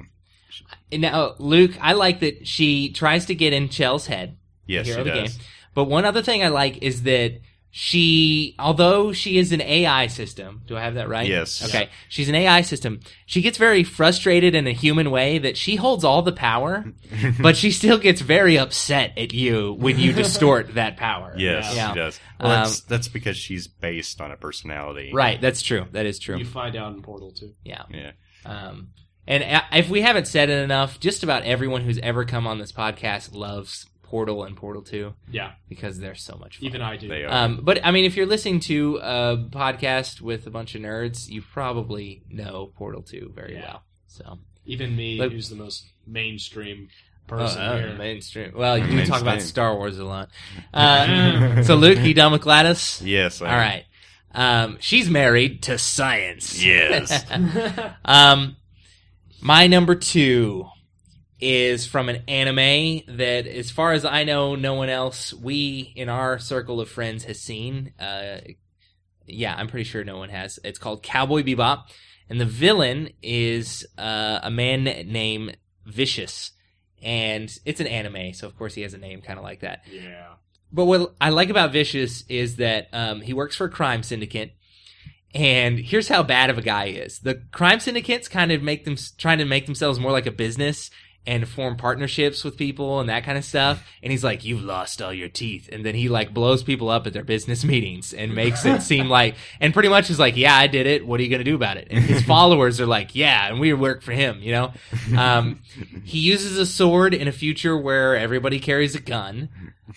A: And now, Luke, I like that she tries to get in Chell's head.
B: yes,
A: Hero
B: she
A: of the
B: does.
A: game. But one other thing I like is that she, although she is an AI system, do I have that right?
B: Yes.
A: Okay. She's an AI system. She gets very frustrated in a human way that she holds all the power, but she still gets very upset at you when you distort that power.
B: Yes,
A: Yeah.
B: she does. Well,
A: Um,
B: that's, that's because she's based on a personality.
A: Right. That's true. That is true.
E: You find out in Portal too.
A: yeah.
B: Yeah.
A: Um, and a- if we haven't said it enough, just about everyone who's ever come on this podcast loves Portal and Portal 2
E: Yeah,
A: because they're so much fun.
E: even I do.
B: They are.
A: Um, but I mean, if you're listening to a podcast with a bunch of nerds, you probably know Portal 2 very
E: Yeah.
A: well. So
E: Even me,
A: Like-
E: who's the most mainstream person
A: Oh, oh,
E: here.
A: mainstream. Well, you do talk
B: Mainstream.
A: about Star Wars a lot. Uh, so Luke, you done with Gladys?
B: Yes. I
A: All right. Um, she's married to science.
B: Yes.
A: Um, my number two is from an anime that, as far as I know, no one else we in our circle of friends has seen. Uh, yeah, I'm pretty sure no one has. It's called Cowboy Bebop, and the villain is uh, a man named Vicious, and it's an anime, so of course he has a name kind of like that.
E: yeah,
A: But what I like about Vicious is that um, he works for a crime syndicate. And here's how bad of a guy he is. The crime syndicates kind of make them trying to make themselves more like a business and form partnerships with people and that kind of stuff. And he's like, "You've lost all your teeth," and then he like blows people up at their business meetings and makes it seem like, and pretty much is like, "Yeah, I did it. What are you gonna do about it?" And his followers are like, "Yeah," and we work for him, you know. Um, he uses a sword in a future where everybody carries a gun,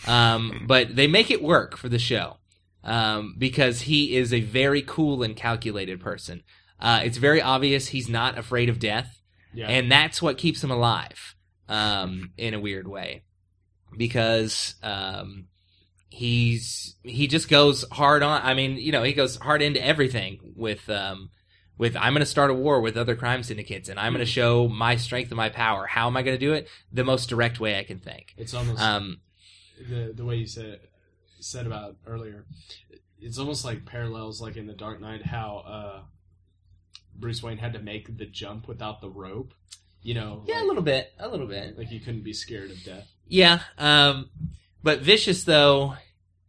A: um, but they make it work for the show um, because he is a very cool and calculated person. Uh, it's very obvious he's not afraid of death,
E: Yeah.
A: and that's what keeps him alive um, in a weird way because um, he's he just goes hard on. I mean, you know, he goes hard into everything with. Um, with I'm going to start a war with other crime syndicates, and I'm going to show my strength and my power. How am I going to do it? The most direct way I can think.
E: it's almost
A: Um,
E: the the way you said said about earlier. It's almost like parallels, like in the Dark Knight, how uh, Bruce Wayne had to make the jump without the rope. You know,
A: yeah, a
E: like,
A: little bit, a little bit.
E: like you couldn't be scared of death.
A: Yeah, um, but Vicious though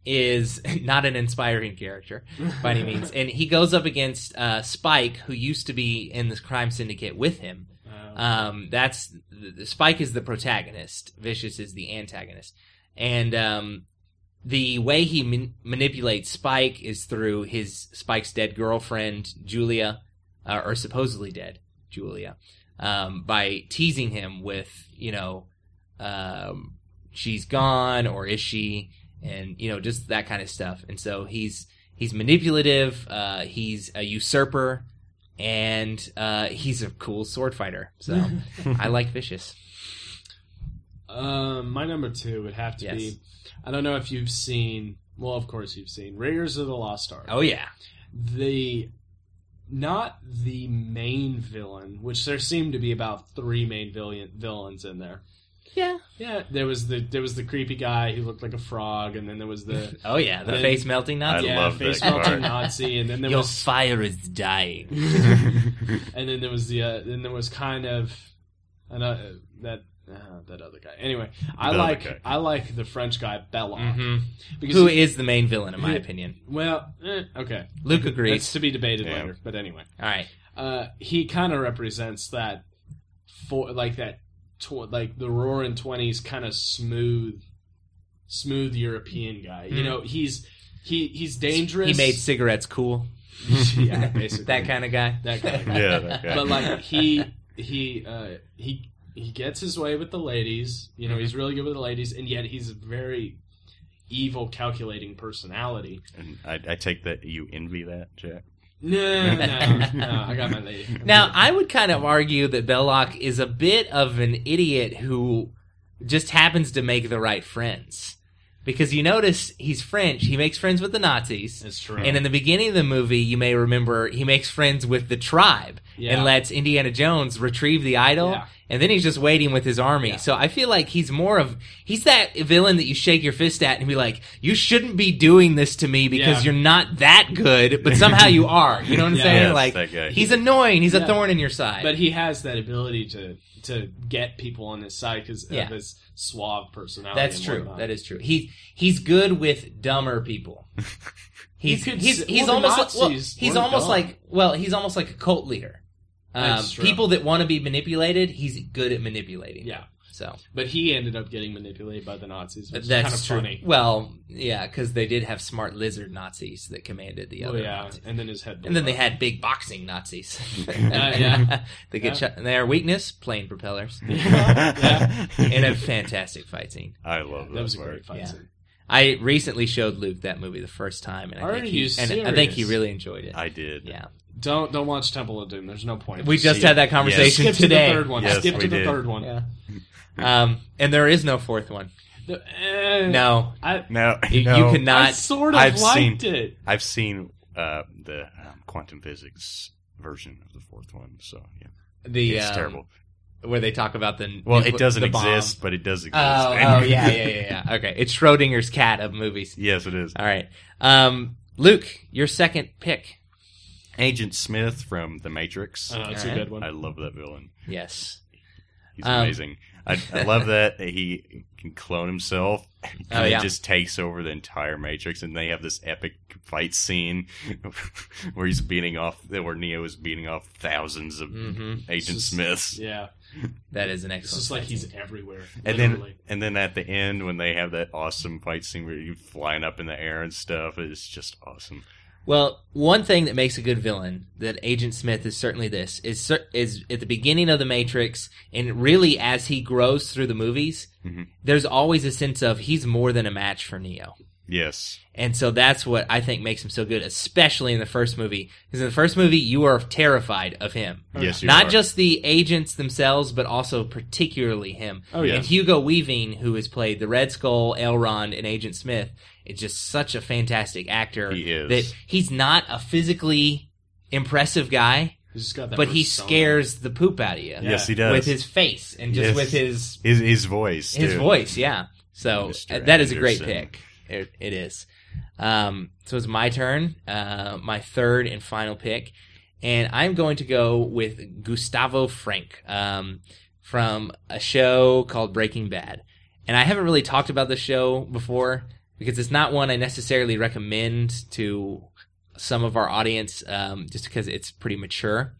A: is not an inspiring character by any means, and he goes up against uh, Spike, who used to be in the crime syndicate with him.
E: Uh,
A: Um, that's the, the- Spike is the protagonist, Vicious is the antagonist, and um, the way he man- manipulates Spike is through his Spike's dead girlfriend Julia, uh, or supposedly dead Julia, um, by teasing him with you know um, she's gone or is she, and you know just that kind of stuff. And so he's he's manipulative, uh, he's a usurper, and uh, he's a cool sword fighter. So I like vicious.
E: Um, my number two would have to
A: Yes.
E: be. I don't know if you've seen. Well, of course you've seen Raiders of the Lost Ark.
A: Oh yeah,
E: the not the main villain, which there seemed to be about three main villain villains in there.
A: yeah,
E: Yeah, there was the there was the creepy guy who looked like a frog, and then there was the
A: oh yeah. The
E: Then-
A: face melting
B: I
A: Nazi.
E: yeah,
B: love that
E: face
B: part.
E: melting Nazi, and then there
A: Your
E: was
A: fire is dying.
E: and then there was the uh, then there was kind of an, uh, that uh, that other guy. Anyway, I
B: other
E: like
B: guy. Mm-hmm.
E: I like the French guy Bella
A: Mhm.
E: because
A: Who
E: he-
A: is the main villain in my opinion?
E: well eh, okay
A: Luke
E: it's
A: agrees.
E: to be debated
B: Yeah.
E: later, but anyway.
A: All right.
E: uh, he kind of represents that for like that tw- like the roaring twenties kind of smooth, smooth European guy. You
A: Hmm.
E: know, he's he he's dangerous.
A: He made cigarettes cool.
E: yeah, basically
A: That kind of guy.
E: That kind of
B: guy. Yeah, that guy.
E: But like he he uh, he he gets his way with the ladies. You know, he's
A: Mm-hmm.
E: really good with the ladies, and yet he's a very evil, calculating personality.
B: And I, I take that you envy that, Jack.
E: No, no, no. I got my lady.
A: Now, I would kind of argue that Belloc is a bit of an idiot who just happens to make the right friends. Because you notice he's French, he makes friends with the Nazis.
E: it's true.
A: And in the beginning of the movie, you may remember he makes friends with the tribe
E: Yeah.
A: and lets Indiana Jones retrieve the idol.
E: Yeah.
A: And then he's just waiting with his army.
E: Yeah.
A: So I feel like he's more of he's that villain that you shake your fist at and be like, "You shouldn't be doing this to me because
E: Yeah.
A: you're not that good, but somehow you are." You know what I'm
E: Yeah.
A: saying?
B: Yes,
A: like
B: that guy.
A: he's annoying. He's
E: Yeah.
A: a thorn in your side.
E: But he has that ability to to get people on his side because
A: Yeah.
E: of his suave personality.
A: That's
E: and
A: true.
E: whatnot.
A: That is true. He he's good with dumber people. He's
E: could
A: he's
E: s-
A: he's
E: well, the
A: almost like, well,
E: Nazis
A: he's
E: were
A: almost
E: dumb.
A: like well he's almost like a cult leader. Um,
E: That's true.
A: people that want to be manipulated, he's good at manipulating.
E: Yeah,
A: So
E: but he ended up getting manipulated by the Nazis, which
A: that's
E: is
A: true.
E: kind of funny.
A: Well, yeah, because they did have smart lizard Nazis that commanded the
E: Oh
A: other.
E: yeah,
A: Nazis.
E: and then his head.
A: And then they had big boxing Nazis.
E: yeah.
A: they get
E: Yeah.
A: shot. Their weakness: plane propellers,
E: Yeah.
A: and a fantastic fight scene.
B: I love that,
E: That was a
B: part.
E: great fight
A: Yeah.
E: scene.
A: I recently showed Luke that movie the first time, and I
E: Are
A: think
E: you
A: he, and I think he
E: serious?
A: really enjoyed it.
B: I did.
A: yeah,
E: Don't don't watch Temple of Doom. There's no point.
A: we just
E: See,
A: had that conversation
E: skip
A: today.
E: to the third one.
B: Yes,
E: skip
B: we
E: to the
B: did.
E: third one.
A: Yeah. um, and there is no fourth one.
E: The- eh,
A: No,
E: I,
B: No,
A: you,
B: no,
A: you
E: I
A: cannot.
E: sort of
B: I've
E: liked
B: seen-
E: it.
B: I've seen uh, the um, quantum physics version of the fourth one, so yeah,
A: the
B: it's
A: um,
B: terrible.
A: where they talk about the
B: Well,
A: nucle-
B: it doesn't
A: the bomb.
B: exist, but it does exist.
A: Oh, oh yeah, yeah, yeah, yeah. Okay, it's Schrodinger's cat of movies.
B: yes, it is.
A: All right, um, Luke, your second pick.
B: Agent Smith from The Matrix.
E: Uh, it's a
A: Alright.
E: good one.
B: I love that villain.
A: Yes.
B: He's
A: Um,
B: amazing. I, I love that he can clone himself. and
A: Oh,
B: he
A: yeah.
B: just takes over the entire Matrix, and they have this epic fight scene where he's beating off, where Neo is beating off thousands of
A: hmm
B: Agent
E: It's just-
B: Smiths.
E: yeah,
A: That is an
E: It's
A: excellent.
E: just like
A: fight
E: he's
A: scene.
E: everywhere.
B: And then,
E: literally.
B: and then at the end, when they have that awesome fight scene where you flying up in the air and stuff, it's just awesome.
A: Well, one thing that makes a good villain that Agent Smith is certainly this is cer- is at the beginning of the Matrix, and really as he grows through the movies,
B: Mhm.
A: there's always a sense of he's more than a match for Neo.
B: Yes,
A: And so that's what I think makes him so good, especially in the first movie. Because in the first movie, you are terrified of him.
B: yes, you
A: Not
B: are.
A: just the agents themselves, but also particularly him.
E: Oh, yeah.
A: And Hugo Weaving, who has played the Red Skull, Elrond, and Agent Smith, is just such a fantastic actor.
B: He is.
A: That he's not a physically impressive guy,
E: He's just got that
A: but he
E: persona.
A: scares the poop out of you.
E: Yeah.
B: yes, he does
A: With his face and just
B: Yes.
A: with his
B: his, his voice,
A: his
B: too.
A: voice, yeah. So
B: Mr.
A: uh, that is a great
B: Anderson.
A: pick. It, it is. Um, so it's my turn, uh, my third and final pick, and I'm going to go with Gustavo Frank um, from a show called Breaking Bad. And I haven't really talked about this show before because it's not one I necessarily recommend to some of our audience, um, just because it's pretty mature.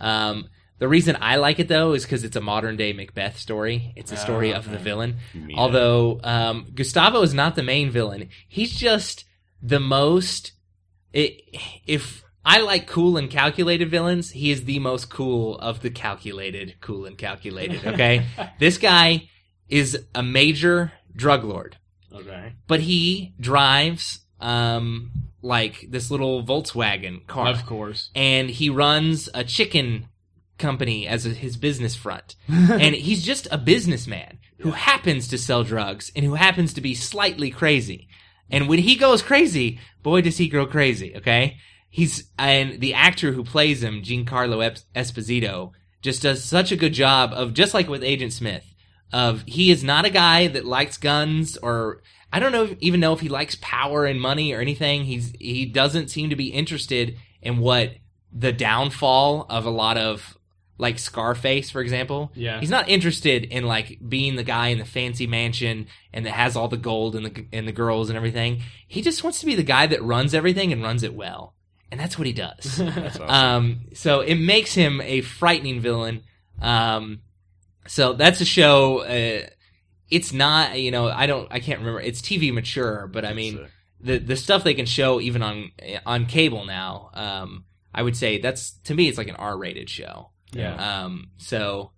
A: Um, the reason I like it though is because it's a modern day Macbeth story. It's a story
E: Ah,
A: of the
E: okay.
A: villain.
B: You mean it.
A: Although um, Gustavo is not the main villain, he's just the most. It, if I like cool and calculated villains, he is the most cool of the calculated, cool and calculated. Okay, this guy is a major drug lord
E: Okay.
A: but he drives um like this little Volkswagen car
E: Of course.
A: and he runs a chicken company as a, his business front and he's just a businessman who happens to sell drugs and who happens to be slightly crazy and when he goes crazy boy does he go crazy okay he's and the actor who plays him Giancarlo Ep- Esposito just does such a good job of just like with Agent Smith of he is not a guy that likes guns or I don't know even know if he likes power and money or anything. He's he doesn't seem to be interested in what the downfall of a lot of like Scarface, for example.
E: Yeah.
A: He's not interested in like being the guy in the fancy mansion and that has all the gold and the and the girls and everything. He just wants to be the guy that runs everything and runs it well. And that's what he does.
E: uh,
B: That's awesome.
A: Um, so it makes him a frightening villain. Um, so that's a show. Uh, it's not, you know, I don't, I can't remember. It's TV mature, but I
B: It's,
A: mean,
B: uh,
A: the the stuff they can show even on on cable now. Um, I would say that's to me, it's like an R rated show.
E: Yeah.
A: Um, so,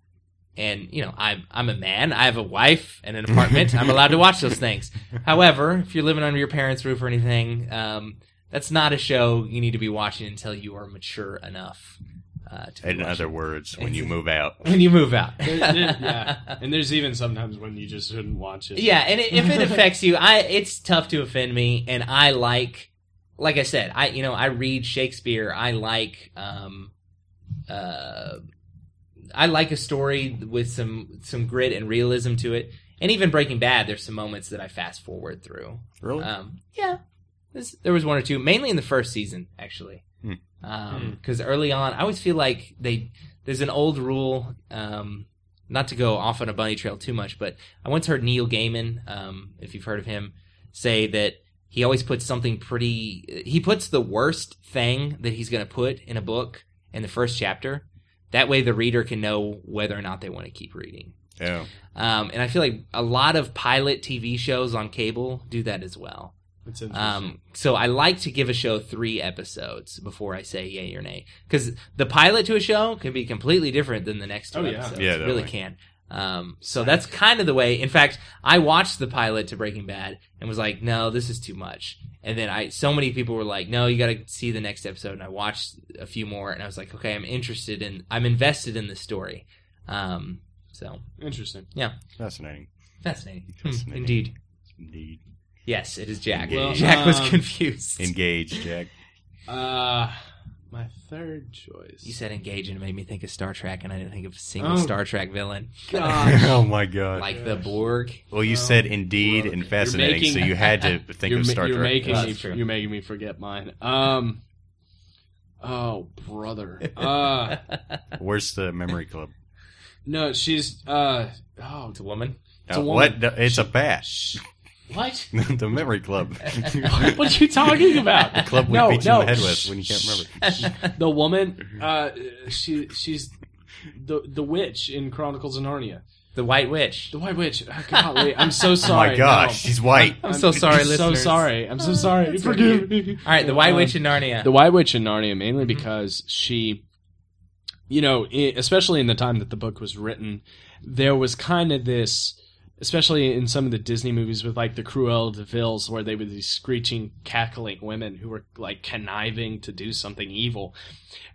A: and you know, I'm I'm a man. I have a wife and an apartment. I'm allowed to watch those things. However, if you're living under your parents' roof or anything, um, that's not a show you need to be watching until you are mature enough. Uh, to be
B: in
A: watching.
B: other words, when
A: It's-
B: you move out,
A: when you move out.
E: There- there- yeah. And there's even sometimes when you just shouldn't watch it.
A: Yeah, and it, if it affects you, I it's tough to offend me, and I like, like I said, I you know I read Shakespeare. I like, um, uh, I like a story with some some grit and realism to it. And even Breaking Bad, there's some moments that I fast forward through.
B: really,
E: Uh,
A: Um, yeah, There's- there was one or two, mainly in the first season, actually.
B: Hmm.
A: Because early on, I always feel like they there's an old rule. Um, not to go off on a bunny trail too much, but I once heard Neil Gaiman, um, if you've heard of him, say that he always puts something pretty. He puts the worst thing that he's going to put in a book in the first chapter. That way, the reader can know whether or not they want to keep reading.
B: oh,
A: Um, and I feel like a lot of pilot TV shows on cable do that as well.
E: It's interesting.
A: Um, so I like to give a show three episodes before I say yay or nay, because the pilot to a show can be completely different than the next two
E: Oh, yeah.
A: episodes.
B: Yeah,
A: It really
B: definitely.
A: can. Um, so that's kind of the way. In fact, I watched the pilot to Breaking Bad and was like, "No, this is too much." And then I, so many people were like, "No, you got to see the next episode." And I watched a few more, and I was like, "Okay, I'm interested in, I'm invested in the story." Um, so
E: interesting.
B: fascinating,
A: fascinating, Hmm,
B: Fascinating.
A: indeed.
B: indeed.
A: Yes, it is Jack.
B: Well,
A: Jack was
E: um,
A: confused.
B: Engage, Jack.
E: Uh, my third choice.
A: You said engage and it made me think of Star Trek, and I didn't think of a single
E: Oh.
A: Star Trek villain
B: oh my god.
A: like the Borg.
B: well, you
E: Oh,
B: said indeed
E: well,
B: and
E: you're
B: fascinating,
E: making-
B: so you had to think
E: you're,
B: of
E: ma-
B: Star
E: you're
B: Trek. Uh,
E: making
A: Oh,
E: me.
A: that's true.
E: You're making me forget mine. Um. Oh brother. Uh.
B: Where's the memory club?
E: No, she's. Uh. Oh.
A: it's a woman.
E: It's a
B: Uh,
E: woman.
B: what? The- It's a bash.
E: What?
B: the memory club. the
E: what are you talking about?
B: club we
E: no,
B: beat you
E: no.
B: in the head with when you can't remember.
E: The woman. Uh. She. She's the the witch in Chronicles of Narnia.
A: The White Witch.
E: The White Witch. Oh, golly, I'm so
B: Oh
E: sorry.
B: my gosh,
E: No.
B: she's white.
A: I'm so sorry,
E: I'm so
A: listeners.
E: sorry. I'm so
C: Oh,
E: sorry.
C: that's
E: Forgive me.
A: All right, the White
E: Um,
A: Witch Mm-hmm. in Narnia.
E: The White Witch in Narnia mainly because she, you know, i especially in the time that the book was written, there was kind of this, especially in some of the Disney movies with like the Cruella de Vils, where they were these screeching, cackling women who were like conniving to do something evil,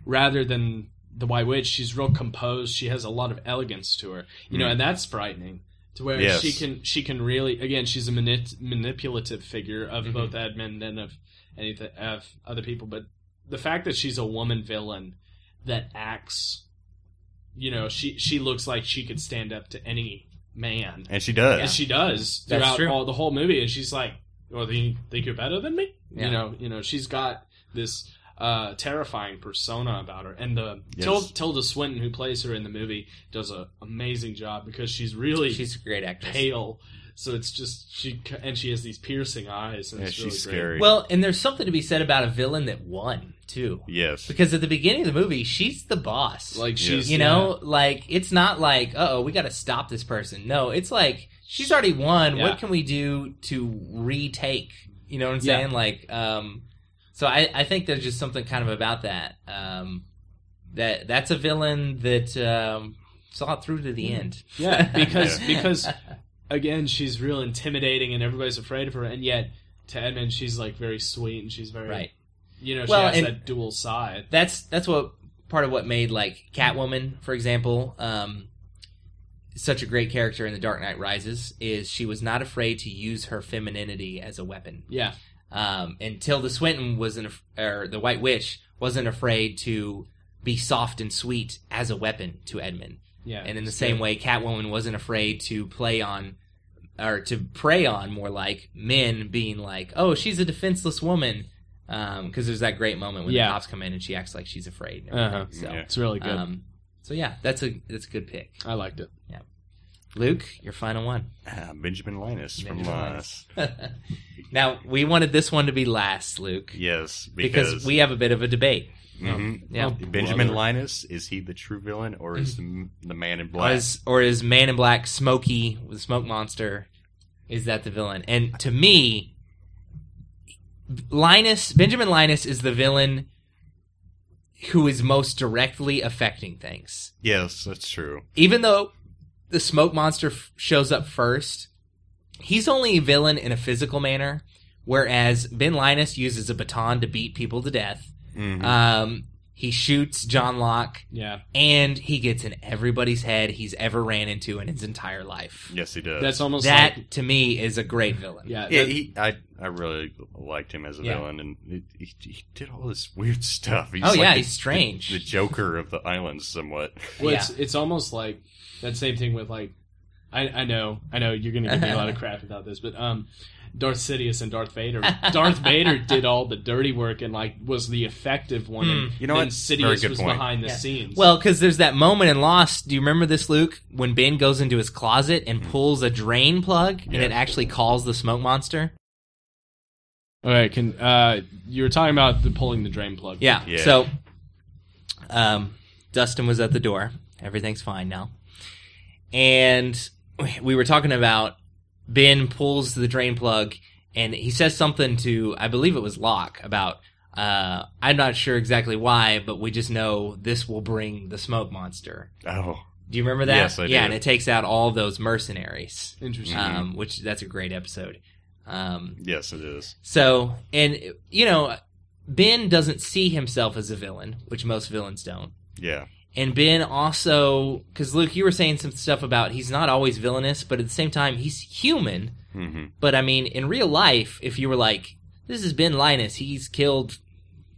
E: rather than the White Witch. She's real composed. She has a lot of elegance to her, you know,
B: Mm.
E: and that's frightening. To where
B: Yes.
E: she can she can really again she's a manip- manipulative figure of
A: Mhm.
E: both Edmund and of anything of other people, but the fact that she's a woman villain that acts, you know, she she looks like she could stand up to any man,
B: And she does.
E: and she
A: That's
E: does throughout
A: true.
E: all the whole movie. And she's like, "Well, do you think you're better than me?"
A: Yeah.
E: You know, you know, she's got this uh, terrifying persona about her, and the
B: Yes.
E: Til- Tilda Swinton who plays her in the movie does an amazing job because she's really
A: She's a great actress.
E: pale. So it's just she c- and she has these piercing eyes. And
B: Yeah,
E: it's
B: she's
E: really great.
B: scary.
A: Well, and there's something to be said about a villain that won too,
B: yes.
A: because at the beginning of the movie, she's the boss.
E: Like
B: Yes.
E: she's
A: you know, like it's not like, oh, we got to stop this person. No, it's like she's already won.
E: Yeah.
A: What can we do to retake? You know what I'm
E: Yeah.
A: saying? Like, um, so I, I think there's just something kind of about that. Um, that that's a villain that um, saw it through to the
E: Mm-hmm.
A: end.
E: Yeah, because because again, she's real intimidating and everybody's afraid of her, and yet to Edmund, she's like very sweet and she's very
A: right.
E: You know,
A: Well,
E: she
A: and-
E: has that dual side.
A: that's that's what part of what made like Catwoman, for example, um, such a great character in The Dark Knight Rises is she was not afraid to use her femininity as a weapon.
E: Yeah,
A: Um, and Tilda Swinton wasn't, af- or the White Witch wasn't afraid to be soft and sweet as a weapon to Edmund.
E: yeah.
A: And in the same way, Catwoman wasn't afraid to play on, or to prey on more like men being like, oh, she's a defenseless woman. Because there's that great moment when
E: Yeah.
A: the cops come in and she acts like she's afraid. And everything.
E: Uh-huh.
A: So,
B: Yeah.
E: it's really good.
A: um, so yeah, that's a that's a good pick.
E: I liked it.
A: Luke, your final one.
B: Ah, Benjamin Linus from uh,
A: Benjamin
B: Linus.
A: now we wanted this one to be last, Luke,
B: Yes,
A: because,
B: because,
A: we have a bit of a debate.
B: Mhm.
A: Yeah.
B: Benjamin
E: brother.
B: Linus is he the true villain or is the, the man in
A: Or
B: black?
A: is, or is Man in Black Smokey, the smoke monster, is that the villain? And to me, Linus, Benjamin Linus is the villain who is most directly affecting things.
B: Yes, that's true.
A: Even though the smoke monster f- shows up first, he's only a villain in a physical manner, whereas Ben Linus uses a baton to beat people to death.
B: Mhm.
A: Um, he shoots John Locke
E: Yeah,
A: and he gets in everybody's head he's ever ran into in his entire life.
B: yes, he does.
E: that's almost
A: that
E: like
A: to me is a great villain.
E: yeah,
B: yeah,
E: that-
B: he, I I really liked him as a
A: Yeah.
B: villain, and he, he, he did all this weird stuff. He's
A: Oh, yeah,
B: the-
A: he's strange.
B: The, the Joker of the islands, somewhat.
E: well, it's it's almost like that same thing with like. I, I know, I know you're gonna give me a lot of crap about this, but um, Darth Sidious and Darth Vader. Darth Vader did all the dirty work and like was the effective one.
A: Hmm.
E: And
B: You know
E: then
B: what?
E: Sidious
B: Very good
E: was
B: point.
E: behind the
A: Yeah.
E: scenes.
A: Well, because there's that moment in Lost. Do you remember this, Luke? When Ben goes into his closet and
E: Mm.
A: pulls a drain plug, and
B: Yeah.
A: it actually calls the smoke monster.
E: all right, can uh, you were talking about the pulling the drain plug?
A: Yeah.
B: Yeah.
A: So, um, Dustin was at the door. Everything's fine now. And we were talking about Ben pulls the drain plug and he says something to, I believe it was Locke, about, uh, I'm not sure exactly why, but we just know this will bring the smoke monster.
B: Oh,
A: Do you remember that?
B: Yes, I
A: yeah,
B: do.
A: and it takes out all those mercenaries,
E: interesting.
B: Mhm.
A: um, which that's a great episode. Um,
B: yes, it is.
A: so, and you know, Ben doesn't see himself as a villain, which most villains don't.
B: Yeah,
A: And Ben also, because Luke, you were saying some stuff about he's not always villainous, but at the same time, he's human.
B: hmm
A: But I mean, in real life, if you were like, this is Ben Linus, he's killed.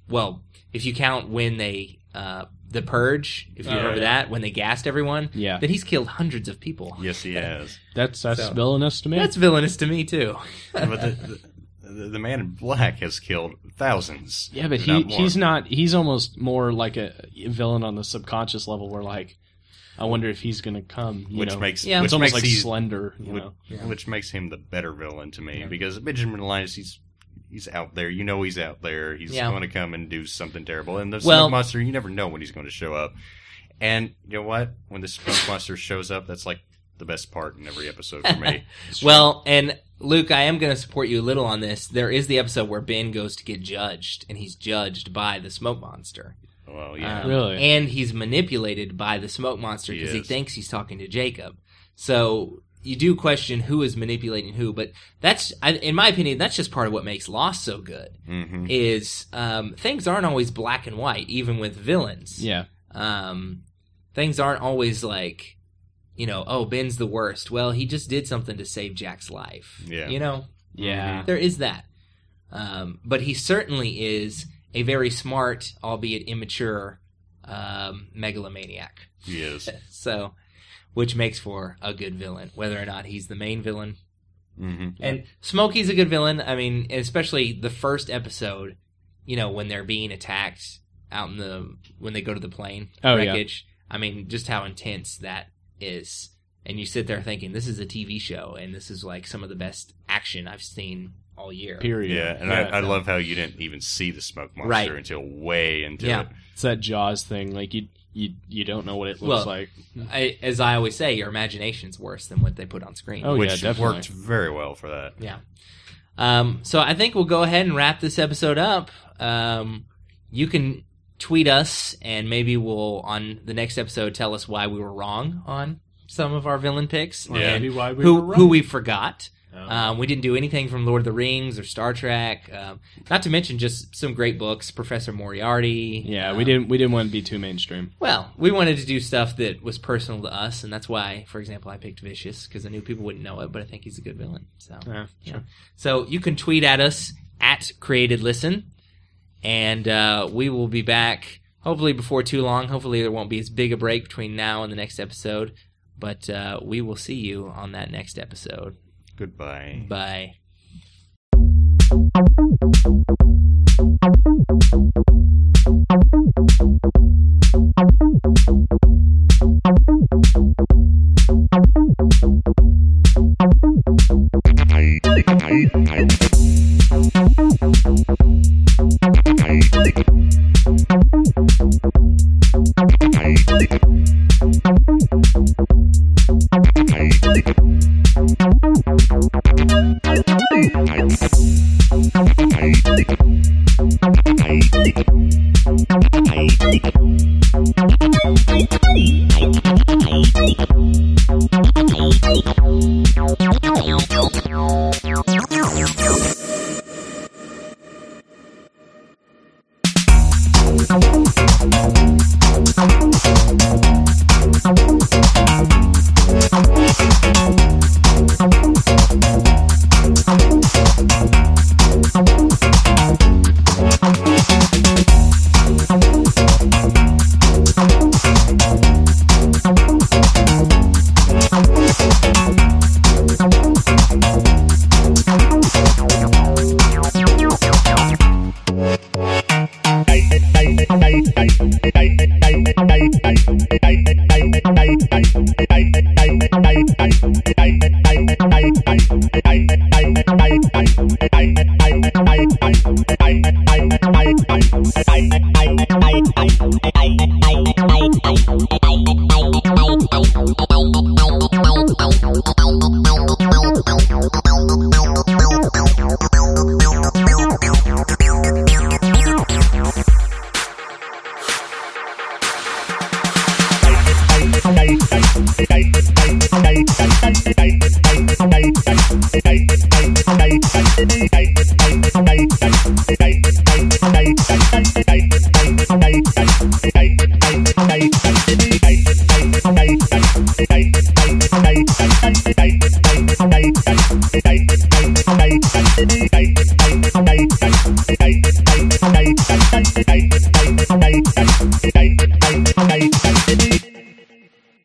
A: Well, if you count when they, uh, the purge, if you
E: Oh,
A: remember
E: yeah.
A: that, when they gassed everyone,
E: Yeah,
A: then he's killed hundreds of people.
B: yes, he has.
E: that's that's
A: So-
E: villainous to me.
A: That's villainous to me too.
B: but the, the, the man in black has killed thousands.
E: Yeah, but
B: if
E: he,
B: not more.
E: he's not. He's almost more like a villain on the subconscious level. Where like, I wonder if he's going to come. You
B: which
E: know?
B: makes
A: Yeah.
B: which
E: it's almost
B: makes
E: like
B: he's-
E: slender. You
B: which,
E: know,
A: Yeah.
B: which makes him the better villain to me because Benjamin Linus he's he's out there. You know he's out there. He's
A: Yeah.
B: going to come and do something terrible. And the
A: Well-
B: smoke monster, you never know when he's going to show up. And you know what? When the skunk monster shows up, that's like the best part in every episode for me.
A: Well, and Luke, I am going to support you a little on this. There is the episode where Ben goes to get judged, and he's judged by the smoke monster.
B: well, Oh, yeah.
E: uh,
A: Um,
D: Really?
A: And he's manipulated by the smoke monster
B: He
A: because he
B: is.
A: thinks he's talking to Jacob. So you do question who is manipulating who, but that's, I, in my opinion, that's just part of what makes Lost so good.
B: hmm
A: Is um, things aren't always black and white, even with villains
E: yeah,
A: um, things aren't always like, you know, oh Ben's the worst. Well, he just did something to save Jack's life.
B: Yeah.
A: you know,
E: yeah,
A: there is that. Um, but he certainly is a very smart, albeit immature, um, megalomaniac.
B: He is.
A: So, which makes for a good villain, whether or not he's the main villain.
B: hmm
A: And Smokey's a good villain. I mean, especially the first episode, you know, when they're being attacked out in the when they go to the plane
E: Oh, yeah.
A: wreckage. I mean, just how intense that is. And you sit there thinking, this is a TV show, and this is like some of the best action I've seen all year.
E: period.
B: Yeah, and
E: Yeah.
B: I, I love how you didn't even see the smoke monster
A: Right.
B: until way into
A: Yeah.
B: it.
E: It's that Jaws thing. Like you, you, you don't know what it
A: Well,
E: looks like.
A: I, as I always say, your imagination's worse than what they put on screen.
E: Oh, yeah,
B: which
E: definitely.
B: worked very well for that.
A: Yeah. Um, so I think we'll go ahead and wrap this episode up. Um, you can tweet us, and maybe we'll on the next episode tell us why we were wrong on some of our villain picks.
B: Yeah.
A: and
D: Maybe why we
A: who
D: were
A: who
D: wrong.
A: we forgot. Um, we didn't do anything from Lord of the Rings or Star Trek. Um, not to mention just some great books, Professor Moriarty.
E: Yeah,
A: um,
E: we didn't, we didn't want to be too mainstream.
A: Well, we wanted to do stuff that was personal to us, and that's why, for example, I picked Vicious because I knew people wouldn't know it, but I think he's a good villain. So.
E: Yeah,
A: Yeah. So you can tweet at us at Created Listen, and uh, we will be back hopefully before too long. Hopefully there won't be as big a break between now and the next episode, but uh, we will see you on that next episode.
B: Goodbye.
A: Bye.